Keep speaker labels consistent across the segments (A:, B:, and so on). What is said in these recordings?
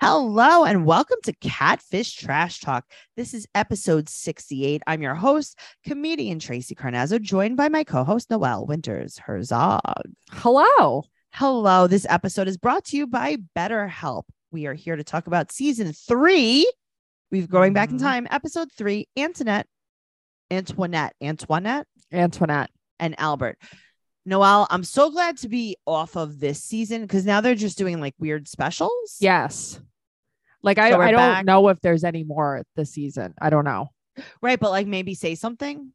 A: Hello and welcome to Catfish Trash Talk. This is episode 68. I'm your host, comedian Tracy Carnazzo, joined by my co host, Noelle Winters Herzog.
B: Hello.
A: Hello. This episode is brought to you by BetterHelp. We are here to talk about season three. We've going back in
B: Mhm.
A: time, episode three, Antoinette, Antoinette, Antoinette,
B: Antoinette.
A: and Albert. Noelle, I'm so glad to be off of this season because now they're just doing like weird specials.
B: Yes. Like I,
A: So we're
B: I don't
A: back.
B: know if there's any more this season. I don't know.
A: Right. But like maybe say something.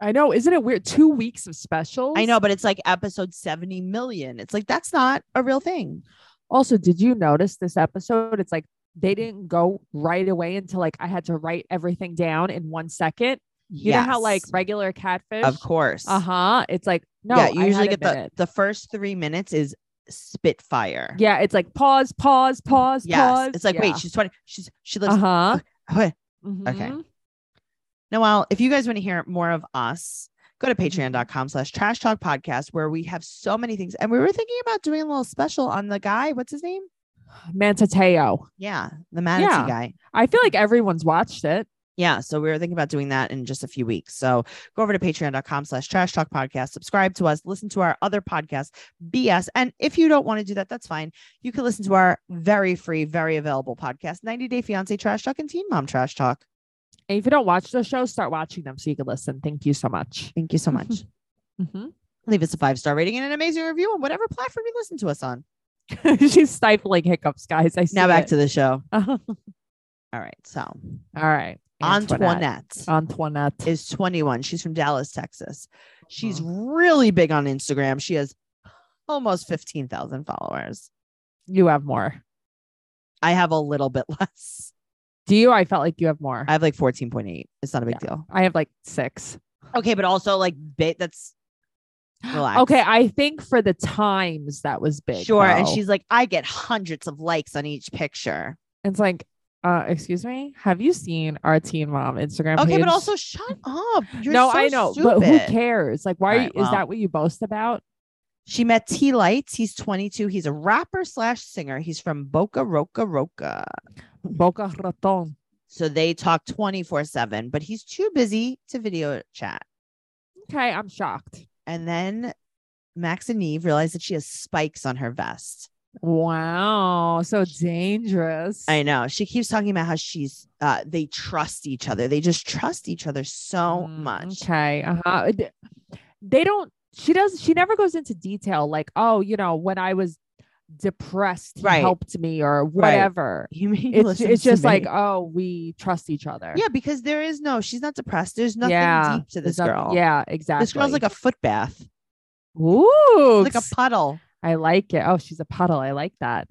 B: I know. Isn't it weird? Two weeks of specials.
A: I know, but it's like episode 70 million. It's like that's not a real thing.
B: Also, did you notice this episode? It's like they didn't go right away until like I had to write everything down in one second. You know how like
A: Yes,
B: regular catfish.
A: of course.
B: Uh huh. It's like no.
A: Uh-huh. yeah,
B: I
A: you
B: had
A: usually
B: a
A: get the,
B: minute.
A: the first three minutes is spitfire.
B: Yeah, it's like pause, pause, pause,
A: Yes.
B: pause.
A: It's like, wait, she's 20. She's she lives.
B: Uh huh.
A: Okay.
B: Mm-hmm.
A: Noel, if you guys want to hear more of us, go to
B: Mm-hmm.
A: patreon.com slash trash talk podcast where we have so many things. And we were thinking about doing a little special on the guy. What's his name?
B: Manta Teo.
A: Yeah, the manatee
B: Yeah.
A: guy.
B: I feel like everyone's watched it.
A: Yeah. So we were thinking about doing that in just a few weeks. So go over to patreon.com slash trash talk podcast, subscribe to us, listen to our other podcast, BS. And if you don't want to do that, that's fine. You can listen to our very free, very available podcast, 90 Day Fiance Trash Talk and Teen Mom Trash Talk.
B: And if you don't watch the show, start watching them so you can listen. Thank you so much.
A: Thank you so much.
B: Mhm.
A: Leave us a five star rating and an amazing review on whatever platform you listen to us on.
B: She's stifling hiccups, guys. I see
A: Now back
B: it.
A: to the show.
B: Uh-huh.
A: All right. So
B: All right,
A: Antoinette.
B: Antoinette.
A: is 21. She's from Dallas, Texas. She's really big on Instagram. She has almost 15,000 followers.
B: You have more.
A: I have a little bit less.
B: Do you? I felt like you have more.
A: I have like 14.8. It's not a big deal.
B: I have like six.
A: Okay, but also like bit that's relax.
B: Okay, I think for the times that was big.
A: sure. And
B: though.
A: she's like, I get hundreds of likes on each picture.
B: it's like, uh, excuse me, have you seen our teen mom Instagram?
A: Okay,
B: page?
A: but also shut up. You're
B: no,
A: so
B: I know,
A: Stupid.
B: but who cares? Like, why?
A: All
B: Are
A: right,
B: you,
A: well.
B: Is that what you boast about?
A: She met T Lights. He's 22. He's a rapper slash singer. He's from Boca Roca Roca.
B: Boca Raton.
A: So they talk 24 7, but he's too busy to video chat.
B: Okay, I'm shocked.
A: And then Max and Neve realize that she has spikes on her vest.
B: Wow, so dangerous.
A: I know. She keeps talking about how she's uh they trust each other. They just trust each other so
B: Mm,
A: much.
B: Okay. Uh-huh. D- They don't, she does, she never goes into detail like, oh, you know, when I was depressed, he
A: Right.
B: helped me or whatever.
A: You mean
B: It's, it's just like, oh, we trust each other.
A: yeah, because there is no, she's not depressed. There's nothing
B: Yeah,
A: deep to
B: there's
A: this
B: nothing-
A: girl.
B: Yeah, exactly.
A: This girl's like a foot bath,
B: ooh,
A: like a puddle.
B: I like it. Oh, she's a puddle. I like that.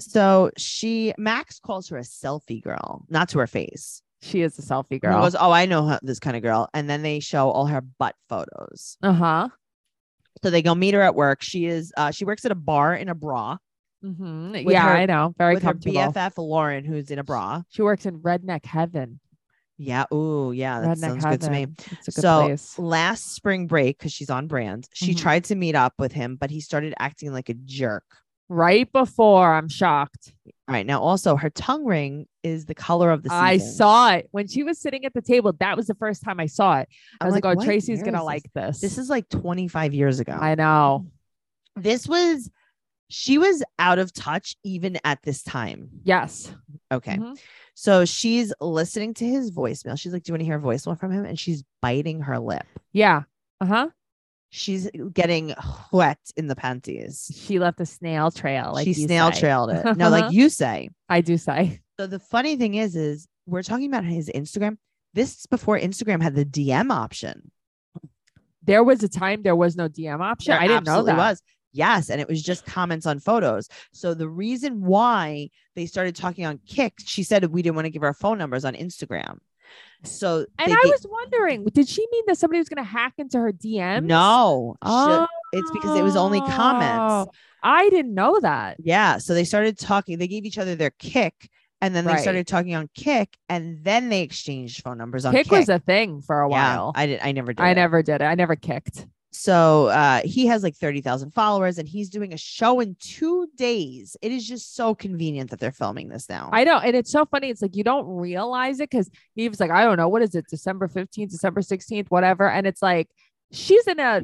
A: So she Max calls her a selfie girl, not to her face.
B: She is a selfie
A: And he
B: girl.
A: goes, oh, I know her- this kind of girl. And then they show all her butt photos.
B: uh huh.
A: So they go meet her at work. She is uh, she works at a bar in a bra
B: hmm
A: With
B: Yeah,
A: her-
B: I know. Very
A: with her
B: comfortable.
A: BFF Lauren, who's in a bra.
B: She works in redneck heaven.
A: Yeah. Ooh, yeah. That
B: redneck
A: sounds
B: heaven.
A: good to me.
B: It's a good
A: So,
B: place.
A: Last spring break, because she's on brand, she
B: Mhm.
A: tried to meet up with him, but he started acting like a jerk.
B: Right before, I'm shocked.
A: All right. Now, also, her tongue ring is the color of the season.
B: I saw it when she was sitting at the table. That was the first time I saw it. I
A: I'm
B: was like, "Oh,
A: what
B: Tracy's
A: year
B: gonna
A: is
B: like this."
A: This? This is like 25 years ago.
B: I know.
A: this was, she was out of touch even at this time.
B: Yes.
A: Okay.
B: Mhm.
A: So she's listening to his voicemail. She's like, Do you want to hear a voicemail from him? And she's biting her lip.
B: Yeah. Uh huh.
A: She's getting wet in the panties.
B: She left a snail trail. Like
A: she
B: you
A: snail
B: say.
A: trailed it. No, like you say.
B: I do say.
A: So the funny thing is, is we're talking about his Instagram. This is before Instagram had the DM option.
B: There was a time there was no DM option.
A: There
B: I didn't know
A: absolutely
B: that.
A: was. Yes, and it was just comments on photos. So the reason why they started talking on Kick, she said we didn't want to give our phone numbers on Instagram. So
B: And
A: they
B: I
A: ga-
B: was wondering, did she mean that somebody was gonna hack into her DMs?
A: no, Sh-
B: Oh.
A: it's because it was only comments.
B: I didn't know that.
A: Yeah. So they started talking. They gave each other their kick, and then they
B: Right.
A: started talking on kick, and then they exchanged phone numbers on
B: Kick
A: kick.
B: was a thing for a
A: Yeah,
B: while.
A: I did. I never did.
B: I
A: it.
B: never did it. I never kicked.
A: So uh, he has like 30,000 followers and he's doing a show in two days. It is just so convenient that they're filming this now.
B: I know. And it's so funny. It's like you don't realize it because he was like, I don't know, what is it, December 15th, December 16th, whatever. And it's like she's in a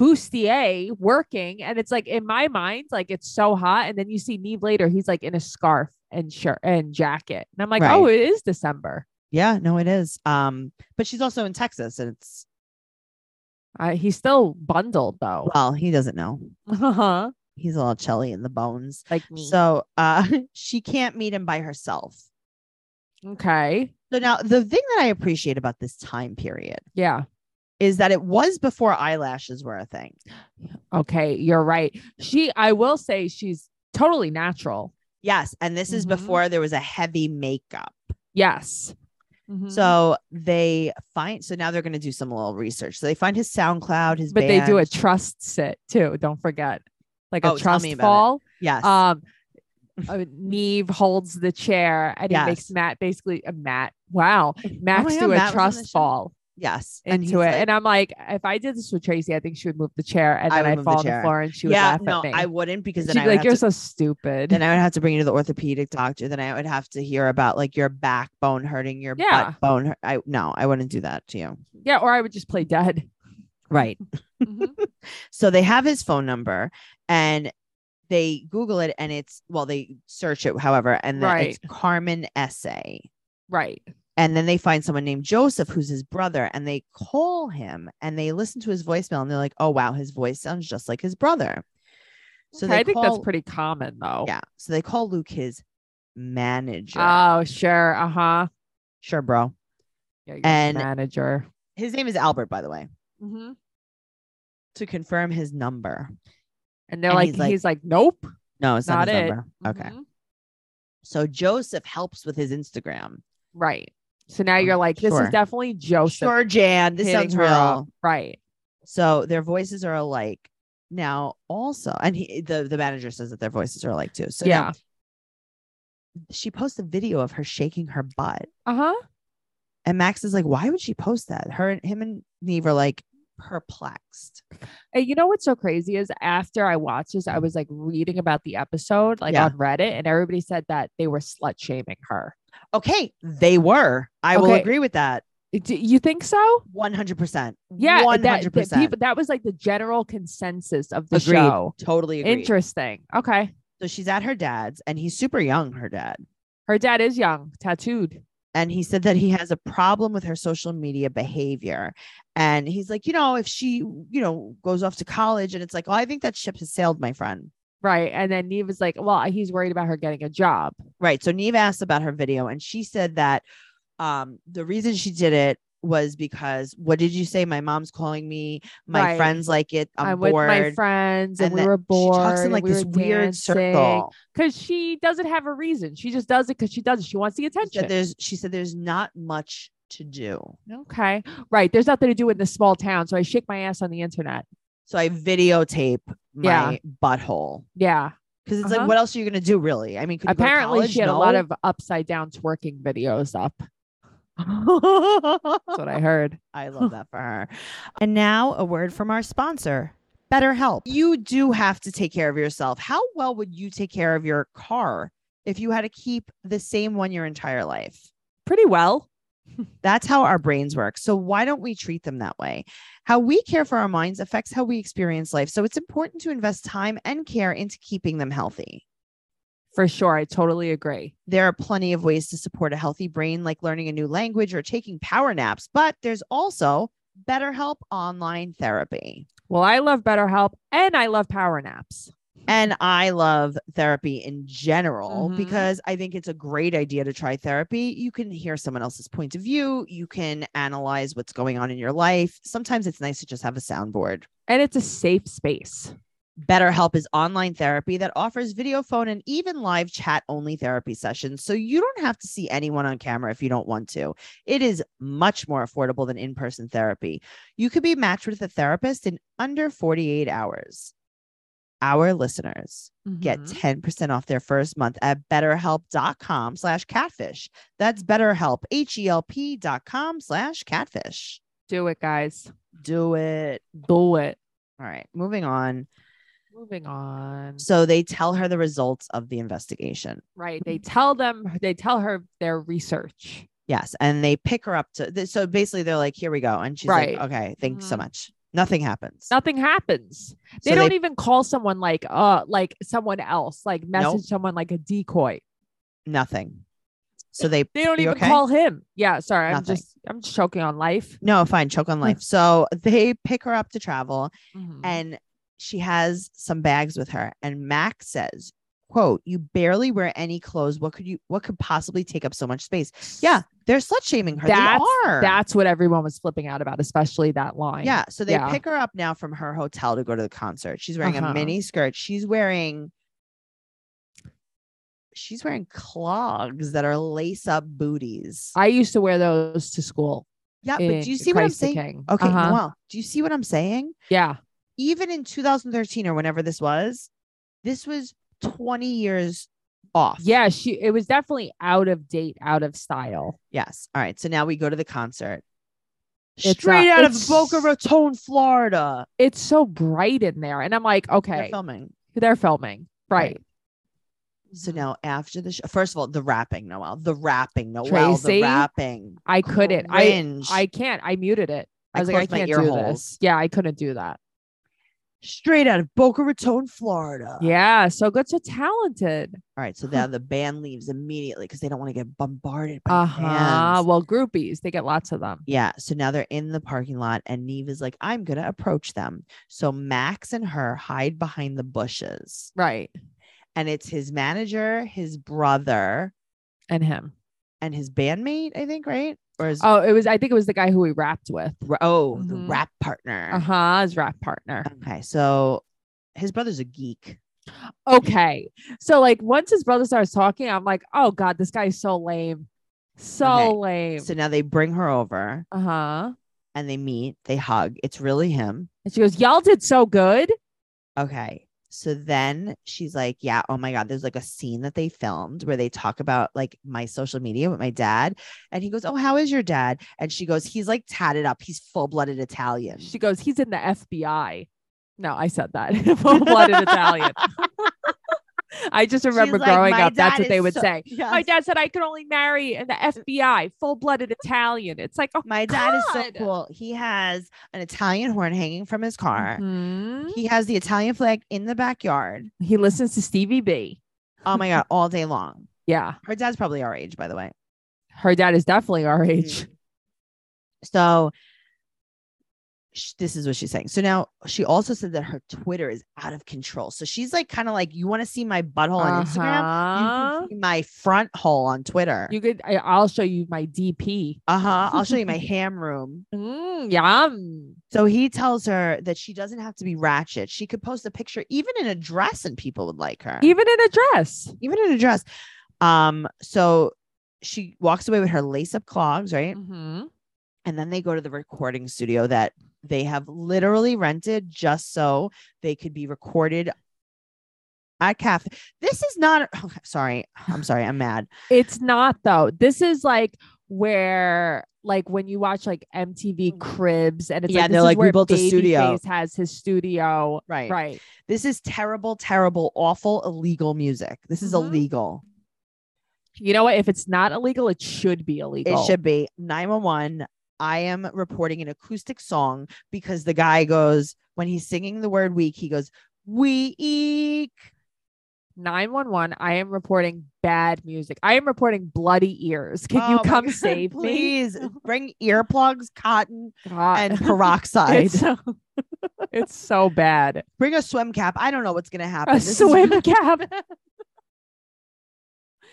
B: bustier working. And it's like in my mind, like it's so hot. And then you see Neve later, he's like in a scarf and shirt and jacket. And I'm like,
A: Right.
B: oh, it is December.
A: yeah, no, it is. Um, but she's also in Texas and it's,
B: Uh, he's still bundled though.
A: well, he doesn't know.
B: Uh-huh.
A: He's a little chilly in the bones.
B: Like me.
A: So uh, she can't meet him by herself.
B: okay.
A: So now the thing that I appreciate about this time period
B: Yeah.
A: is that it was before eyelashes were a thing.
B: Okay. You're right. She, I will say she's totally natural.
A: Yes. And this is
B: Mhm.
A: before there was a heavy makeup.
B: Yes.
A: Mm-hmm.
B: Mhm.
A: So they find, so now they're going to do some little research. So they find his SoundCloud, his
B: but they do a
A: band.
B: trust sit too. Don't forget, like
A: Oh,
B: a
A: tell
B: trust
A: me about it.
B: fall.
A: Yes.
B: Um, uh, Neve holds the chair and
A: Yes. Oh
B: he makes Matt basically a Matt. Wow,
A: my
B: Matt's
A: God,
B: do
A: Matt was on
B: a
A: the
B: trust
A: show.
B: fall
A: yes. he's
B: into it,
A: like,
B: and I'm like, if I did this with Tracy, I think she would move the chair and
A: I
B: then
A: would
B: I'd
A: move the
B: fall on the
A: chair.
B: floor and she would
A: yeah,
B: laugh
A: no,
B: at me.
A: I wouldn't because
B: She'd
A: then I
B: be
A: would
B: like,
A: have
B: "You're
A: to,
B: so stupid."
A: then I would have to bring you to the orthopedic doctor. Then I would have to hear about like your backbone hurting, your
B: Yeah.
A: butt bone. hurt- I no, I wouldn't do that to you.
B: yeah, or I would just play dead.
A: Right. Mm-hmm.
B: Mhm.
A: So they have his phone number and they Google it and it's well, they search it, however, and then it's Carmen Essay.
B: right.
A: And then they find someone named Joseph, who's his brother, and they call him and they listen to his voicemail and they're like, oh, wow, his voice sounds just like his brother. So
B: Okay,
A: they
B: I think
A: call-
B: that's pretty common though.
A: Yeah. So they call Luke his manager.
B: Oh, sure. Uh huh.
A: sure, bro.
B: Yeah, you're the
A: and- Mm-hmm.
B: manager.
A: His name is Albert, by the way,
B: Mhm.
A: to confirm his number.
B: And they're
A: And
B: like,
A: he's
B: he's
A: like,
B: like, nope.
A: No, it's not,
B: Not
A: his
B: it.
A: number. Okay.
B: Mhm.
A: So Joseph helps with his Instagram.
B: Right. So now
A: Oh,
B: you're like, this
A: sure.
B: is definitely Joseph.
A: Sure, Jan. This
B: hitting
A: sounds
B: her
A: real.
B: up. Right.
A: So their voices are alike. Now, also, and he, the, the manager says that their voices are alike too. So now
B: yeah.
A: she posts a video of her shaking her butt.
B: Uh huh.
A: And Max is like, why would she post that? Her and him and Neve are like perplexed.
B: And you know what's so crazy is after I watched this, I was like reading about the episode, like
A: Yeah.
B: on Reddit, and everybody said that they were slut shaming her.
A: Okay, they were. I will
B: Okay.
A: agree with that.
B: Do you think so?
A: One hundred percent.
B: Yeah.
A: one
B: that-
A: hundred
B: That, people,
A: percent.
B: that was like the general consensus of the
A: Agreed.
B: show.
A: Totally agree.
B: Interesting. Okay.
A: So she's at her dad's, and he's super young. Her dad,
B: Her dad is young, tattooed.
A: and he said that he has a problem with her social media behavior, and he's like, you know, if she, you know, goes off to college, and it's like, oh, I think that ship has sailed, my friend.
B: Right. And then Neve is like, well, he's worried about her getting a job.
A: Right. So Neve asked about her video, and she said that um, the reason she did it was because what did you say? My mom's calling me. My
B: Right.
A: friends like it. I'm,
B: I'm with
A: bored.
B: my friends and,
A: And
B: we
A: that
B: were bored.
A: She talks in like
B: we
A: this weird circle.
B: because she doesn't have a reason. She just does it because she does. It. She wants the
A: She said
B: attention.
A: there's. She said there's not much to do.
B: Okay, right. There's nothing to do in this small town, so I shake my ass on the internet.
A: So I videotape
B: Yeah.
A: my butthole
B: Yeah.
A: because it's like,
B: Uh-huh.
A: what else are you gonna do, really? I mean, could you go to
B: Apparently,
A: college?
B: she had a lot
A: No.
B: of upside down twerking videos up. That's what I heard.
A: I love that for her. And now a word from our sponsor, BetterHelp. You do have to take care of yourself. How well would you take care of your car if you had to keep the same one your entire life?
B: Pretty well.
A: That's how our brains work. So, why don't we treat them that way? How we care for our minds affects how we experience life. So, it's important to invest time and care into keeping them healthy.
B: For sure. I totally agree.
A: There are plenty of ways to support a healthy brain, like learning a new language or taking power naps, but there's also BetterHelp online therapy.
B: Well, I love BetterHelp and I love power naps.
A: And I love therapy in general
B: Mhm.
A: because I think it's a great idea to try therapy. You can hear someone else's point of view, you can analyze what's going on in your life. Sometimes it's nice to just have a soundboard.
B: And it's a safe space.
A: BetterHelp is online therapy that offers video, phone, and even live chat only therapy sessions. So you don't have to see anyone on camera if you don't want to. It is much more affordable than in person therapy. You could be matched with a therapist in under 48 hours. Our listeners get
B: Mhm.
A: 10% off their first month at betterhelp.com slash catfish. That's betterhelp, E H-E-L-P dot com slash catfish.
B: do it, guys.
A: Do it.
B: Do it.
A: All right, moving on.
B: Moving on.
A: So they tell her the results of the investigation.
B: Right. They tell them, they tell her their research.
A: Yes, and they pick her up to. th- So basically, they're like, "Here we go," and she's
B: Right.
A: like, "Okay, thanks so
B: Mhm.
A: much." Nothing happens.
B: Nothing happens. They
A: So
B: don't even call someone like, uh, like someone else, like message someone like a decoy.
A: nothing. So they
B: They don't
A: You
B: even
A: okay?
B: call him. Yeah. Sorry. I'm
A: Nothing.
B: just, I'm just choking on life.
A: no, fine, choke
B: Mm.
A: on life. So they pick her up to travel,
B: Mhm.
A: and she has some bags with her. And Max says, "Quote: You barely wear any clothes. What could you? What could possibly take up so much space?" Yeah, they're slut shaming her.
B: That's-
A: they are.
B: That's what everyone was flipping out about, especially that line.
A: Yeah. So they
B: Yeah.
A: pick her up now from her hotel to go to the concert. She's wearing
B: Uh-huh.
A: a mini skirt. She's wearing she's wearing clogs that are lace up booties.
B: I used to wear those to school.
A: Yeah, but
B: in
A: do you see what I'm
B: Christ the
A: saying?
B: King.
A: Okay,
B: Uh-huh.
A: Noelle, do you see what I'm saying?
B: Yeah.
A: Even in 2013 or whenever this was, this was 20 years off.
B: Yeah. She, it was definitely out of date, out of style.
A: Yes. All right. So now we go to the concert.
B: It's, uh,
A: Straight out of
B: it's-
A: Boca Raton, Florida.
B: It's so bright in there. And I'm like,
A: They're
B: okay,
A: filming.
B: they're filming. Right.
A: So
B: Mhm.
A: now after the show, first of all, the rapping, Noel, the rapping, Noel,
B: Tracy?
A: the rapping.
B: I couldn't. I,
A: Cringe.
B: I can't. I muted it. I
A: I
B: was like, I
A: closed my
B: can't
A: ear
B: do
A: holes.
B: this. Yeah. I couldn't do that.
A: straight out of Boca Raton, Florida.
B: Yeah. So good. So talented.
A: All right. So now the band leaves immediately because they don't want to get bombarded by
B: Uh huh.
A: fans.
B: Well, groupies, they get lots of them.
A: Yeah. So now they're in the parking lot, and Neve is like, "I'm gonna approach them." So Max and her hide behind the bushes,
B: Right.
A: and it's his manager, his brother,
B: And him.
A: and his bandmate. I think right or his
B: Oh, it was, I think it was the guy who we rapped with.
A: ra- oh the
B: Mhm.
A: rap partner.
B: Uh huh. His rap partner.
A: Okay. So his brother's a geek.
B: okay. So like once his brother starts talking, I'm like, oh god, this guy's so lame, so
A: Okay.
B: lame.
A: So now they bring her over
B: uh huh.
A: and they meet. They hug. It's really him.
B: And she goes, y'all did so good.
A: Okay. So then she's like, Yeah, oh my God, there's like a scene that they filmed where they talk about like my social media with my dad. And he goes, Oh, how is your dad? And she goes, He's like tatted up. He's full blooded Italian.
B: She goes, he's in the FBI. No, I said that. Full blooded Italian. I just remember
A: She's like,
B: growing
A: "My
B: up, that's
A: dad
B: what they
A: is
B: would
A: so-
B: say. My
A: Yes.
B: dad said I could only marry in the FBI, full blooded Italian. It's like, oh,
A: My dad is so
B: God.
A: cool. He has an Italian horn hanging from his car.
B: mhm.
A: He has the Italian flag in the backyard.
B: he listens to Stevie B.
A: Oh my God, all day long.
B: Yeah,
A: Her dad's probably our age, by the way.
B: her dad is definitely our
A: Mm-hmm.
B: age.
A: So sh- this is what she's saying. So now she also said that her Twitter is out of control. So she's like, kind of like, you want to see my butthole on Instagram? You
B: Uh-huh.
A: can see my front hole on Twitter.
B: You could. I, I'll show you my DP.
A: uh huh. I'll show you my ham room.
B: Mm, yum.
A: So he tells her that she doesn't have to be ratchet. She could post a picture, even in a dress, and people would like her.
B: Even in a dress.
A: Even in a dress. Um. So she walks away with her lace up clogs, right?
B: Mhm.
A: and then they go to the recording studio that they have literally rented just so they could be recorded at cafe. This is not okay, sorry. I'm sorry. I'm mad.
B: It's not though. This is like where, like when you watch like MTV Cribs, and it's
A: Mm. Yeah,
B: like,
A: they're
B: this is
A: like, we
B: where
A: built a studio.
B: Babyface has his studio.
A: Right.
B: Right.
A: This is terrible, terrible, awful, illegal music. This is
B: Mhm.
A: illegal.
B: You know what? If it's not illegal, it should be illegal.
A: It should be 911. I am reporting an acoustic song because the guy goes, when he's singing the word week, he goes, week.
B: Nine one one. I am reporting bad music. I am reporting bloody ears. Can
A: Oh
B: you
A: my
B: come
A: God,
B: save me? Uh,
A: Please bring earplugs, cotton,
B: God.
A: and peroxide.
B: it's so, it's so bad.
A: bring a swim cap. I don't know what's gonna happen.
B: A
A: This is-
B: swim cap.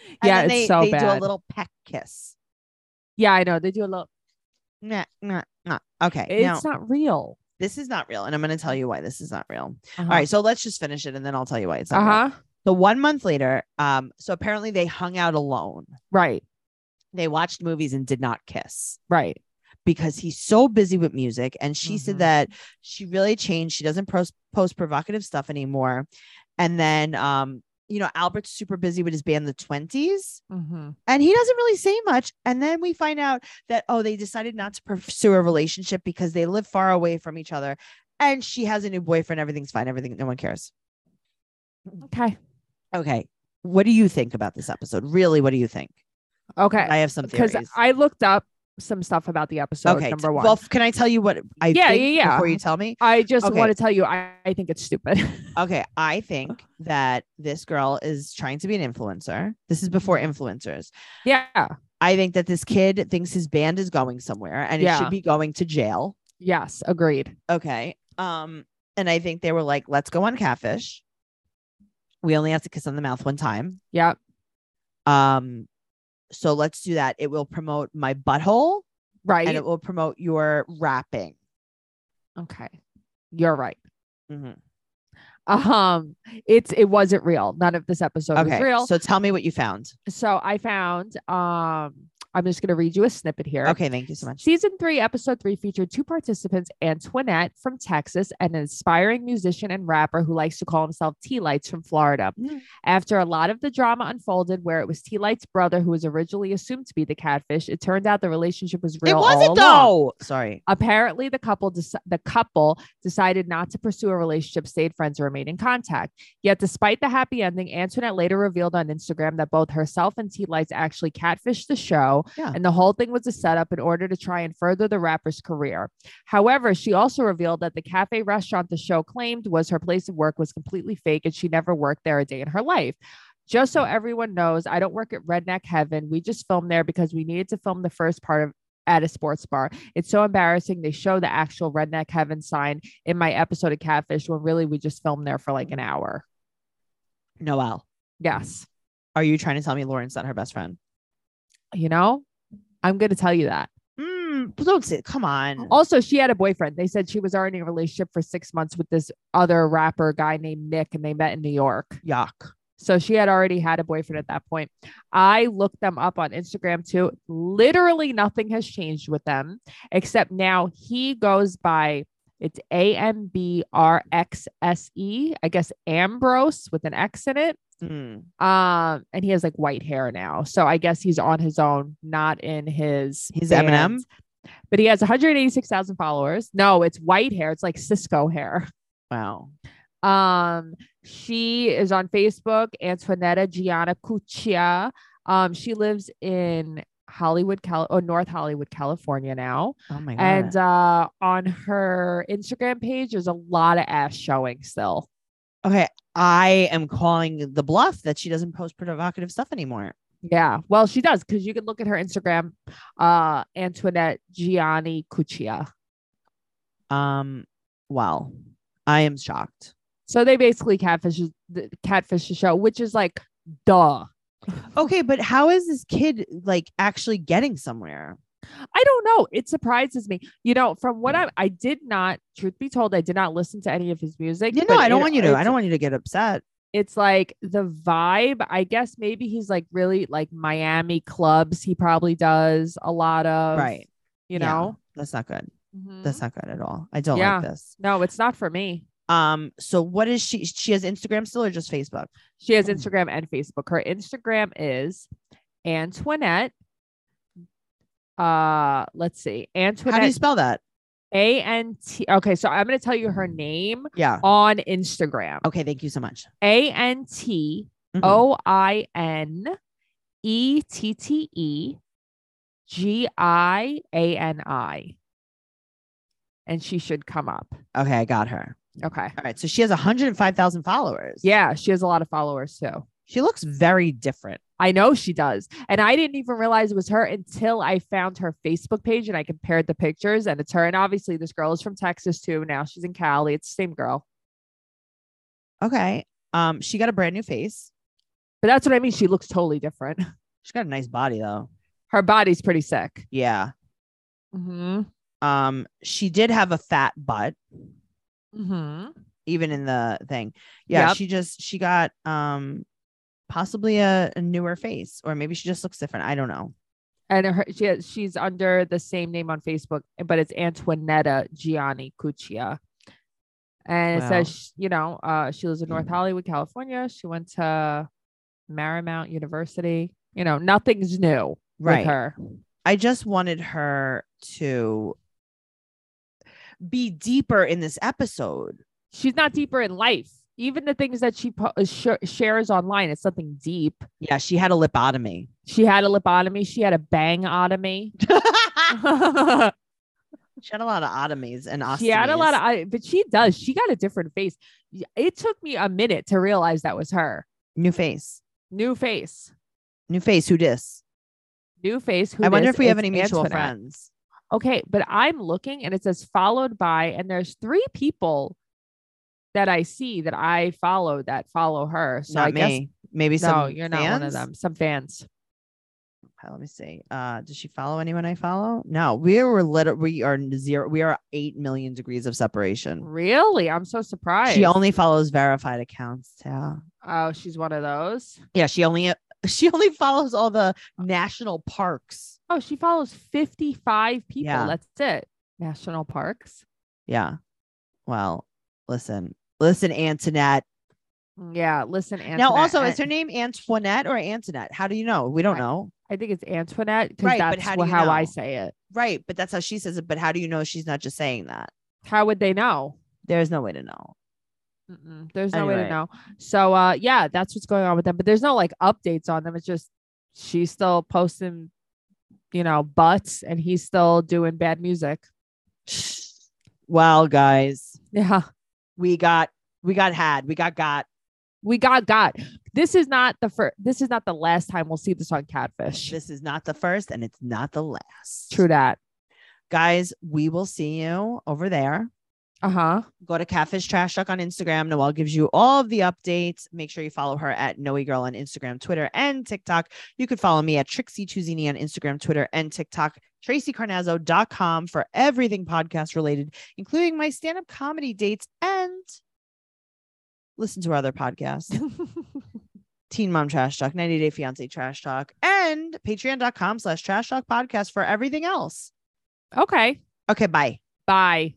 A: and
B: yeah,
A: then
B: it's
A: they,
B: so
A: they do a
B: bad.
A: little peck kiss.
B: Yeah, I know. They do a little.
A: Nah, nah, nah. Okay, now
B: It's not real.
A: this is not real, and I'm gonna tell you why this is not real.
B: Uh-huh.
A: All right, so let's just finish it, and then I'll tell you why it's not.
B: Uh
A: real.
B: huh.
A: So one month later, um, so apparently they hung out alone.
B: Right.
A: They watched movies and did not kiss
B: Right.
A: because he's so busy with music. And she
B: Mhm.
A: said that she really changed. She doesn't post post provocative stuff anymore. And then, um, you know, Albert's super busy with his band, the Twenties.
B: Mm-hmm.
A: and he doesn't really say much and then we find out that oh they decided not to pursue a relationship because they live far away from each other and she has a new boyfriend. Everything's fine. Everything, no one cares.
B: Okay.
A: Okay. What do you think about this episode? Really, what do you think?
B: Okay.
A: I have some
B: Because
A: theories.
B: I looked up some stuff about the episode.
A: okay.
B: Number one.
A: Well, can I tell you what I
B: Yeah,
A: think
B: yeah, yeah.
A: before you tell me?
B: I just
A: okay.
B: want to tell you, I, I think it's stupid.
A: Okay, I think that this girl is trying to be an influencer. This is before influencers.
B: yeah.
A: I think that this kid thinks his band is going somewhere and it
B: Yeah.
A: should be going to jail.
B: Yes. Agreed.
A: Okay. Um, and I think they were like, let's go on catfish. We only have to kiss on the mouth one time.
B: Yep.
A: Um, so let's do that. It will promote my butthole
B: Right.
A: and it will promote your rapping.
B: okay. You're right.
A: Mhm.
B: Um, it's it wasn't real. None of this episode was
A: Okay.
B: real. So,
A: So tell me what you found.
B: I found um I'm just gonna read you a snippet here.
A: Okay, thank you so much.
B: Season three, episode three featured two participants, Antoinette from Texas and an aspiring musician and rapper who likes to call himself T Lights from Florida.
A: Mm.
B: After a lot of the drama unfolded, where it was T Light's brother who was originally assumed to be the catfish, it turned out the relationship was real.
A: it
B: all
A: wasn't
B: along.
A: though. Sorry.
B: Apparently, the couple deci- the couple decided not to pursue a relationship, stayed friends, and remained in contact. Yet, despite the happy ending, Antoinette later revealed on Instagram that both herself and T Lights actually catfished the show,
A: Yeah.
B: and the whole thing was a setup in order to try and further the rapper's career. However, she also revealed that the cafe restaurant the show claimed was her place of work was completely fake, and she never worked there a day in her life. Just so everyone knows, I don't work at Redneck Heaven. We just filmed there because we needed to film the first part of at a sports bar. It's so embarrassing. They show the actual redneck heaven sign in my episode of Catfish when really we just filmed there for like an hour.
A: Noel,
B: Yes.
A: are you trying to tell me Lauren's not her best friend?
B: You know, I'm going to tell you that.
A: Mm, but don't say, come on.
B: Also, she had a boyfriend. They said she was already in a relationship for six months with this other rapper guy named Nick, and they met in New York.
A: Yuck.
B: So she had already had a boyfriend at that point. I looked them up on Instagram too. Literally nothing has changed with them, except now he goes by it's A M B R X S E, I guess Ambrose with an X in it.
A: Mm.
B: Um, and he has like white hair now. So I guess he's on his own, not in his
A: He's
B: band.
A: Eminem?
B: But he has 186,000 followers. No, it's white hair. It's like Cisco hair.
A: Wow.
B: Um, she is on Facebook, Antoinetta Gianna Cuccia. Um, she lives in Hollywood, Cal- oh, North Hollywood, California now.
A: Oh my god.
B: And uh, on her Instagram page, there's a lot of ass showing still.
A: okay, I am calling the bluff that she doesn't post provocative stuff anymore.
B: Yeah, well, she does because you can look at her Instagram, uh, Antoinette Gianni Cuccia.
A: Um, wow. I am shocked.
B: So they basically catfish the catfish the show, which is like, duh.
A: Okay, but how is this kid like actually getting somewhere?
B: I don't know. It surprises me. You know, from what I I did not, truth be told, I did not listen to any of his music.
A: You know,
B: but
A: I don't
B: it-
A: want you to. I
B: it's-
A: don't want you to get upset.
B: It's like the vibe. I guess maybe he's like really like Miami clubs. He probably does a lot of
A: Right.
B: You
A: Yeah.
B: know.
A: That's not good.
B: Mhm.
A: That's not good at all. I don't
B: Yeah.
A: like this.
B: no, it's not for me.
A: Um, so what is she she has Instagram still or just Facebook?
B: She has
A: Mm.
B: Instagram and Facebook. Her Instagram is Antoinette. Uh, let's see,
A: How do you
B: Antoinette
A: spell that?
B: A N T. Okay, so I'm gonna tell you
A: Mm.
B: her name
A: Yeah.
B: on Instagram.
A: Okay, thank you so much.
B: A N T
A: Mhm.
B: O I N E T T E G I A N I. And she should come up.
A: Okay, I got her.
B: Okay.
A: All right. So she has 105,000 followers.
B: Yeah, she has a lot of followers too.
A: She looks very different.
B: I know she does. And I didn't even realize it was her until I found her Facebook page and I compared the pictures and it's her. And obviously, this girl is from Texas too. Now she's in Cali. It's the same girl.
A: Okay. Um, she got a brand new face.
B: But that's what I mean. She looks totally different.
A: She's got a nice body though.
B: Her body's pretty sick.
A: Yeah.
B: Mm-hmm.
A: Um, she did have a fat butt,
B: Mm-hmm.
A: even in the thing. Yeah.
B: Yep.
A: She just she got um possibly a, a newer face, or maybe she just looks different. I don't know.
B: and her, she has, she's under the same name on Facebook, but it's Antoinetta Gianni Cuccia. And it
A: Wow.
B: says, sh- you know, uh, she lives in North Hollywood, California. She went to Marymount University. You know, nothing's new with her.
A: I just wanted her to be deeper in this episode.
B: She's not deeper in life. Even the things that she po- sh- shares online, it's something deep.
A: Yeah, she had a lipotomy.
B: She had a lipotomy. She had a bangotomy.
A: She had a lot of otomies and ostomies.
B: she had a lot of, I- but she does. She got a different face. Y- It took me a minute to realize that was her
A: new face,
B: new face.
A: new face. Who dis?
B: New face. Who
A: I wonder
B: dis?
A: if we have
B: It's
A: any mutual
B: Antoinette.
A: friends.
B: Okay, but I'm looking and it says followed by, and there's three people that I see that I follow that follow her. So
A: Not
B: I guess
A: me. Maybe some.
B: no, you're not one
A: fans?
B: of them. Some fans.
A: Uh, Let me see. Uh, does she follow anyone I follow? No, we were lit. We are zero. We are eight million degrees of separation.
B: Really? I'm so surprised.
A: She only follows verified accounts. Yeah.
B: oh, she's one of those.
A: Yeah. She only. She only follows all the national parks.
B: Oh, she follows 55 people.
A: Yeah.
B: That's it. National parks.
A: Yeah. Well, listen, listen, Antoinette.
B: Yeah. Listen, Antoinette.
A: Now, also,
B: I,
A: is her name Antoinette or Antoinette? How do you know? We don't
B: I-
A: know.
B: I think it's Antoinette because
A: Right, but
B: that's
A: how
B: how,
A: do you
B: how I
A: know?
B: say it.
A: Right. But that's how she says it. But how do you know she's not just saying that?
B: How would they know?
A: There's no way to know.
B: Mm-mm. There's no way
A: Anyway.
B: to know. So uh yeah, that's what's going on with them. But there's no like updates on them. It's just she's still posting, you know, butts and he's still doing bad music.
A: Well, guys,
B: Yeah.
A: we got, we got had, we got got.
B: We got got. This is not the first this is not the last time we'll see this on catfish.
A: This is not the first and it's not the last.
B: True that.
A: Guys, we will see you over there.
B: Uh-huh.
A: go to Catfish Trash Talk on Instagram. Noelle gives you all of the updates. Make sure you follow her at Noe Girl on Instagram, Twitter, and TikTok. You could follow me at Trixie Chuzini on Instagram, Twitter, and TikTok. TracyCarnazzo.com for everything podcast related, including my stand up comedy dates and listen to our other podcasts. Teen Mom Trash Talk, 90 Day Fiance Trash Talk, and patreon.com slash trash talk podcast for everything else.
B: okay.
A: Okay, bye.
B: Bye.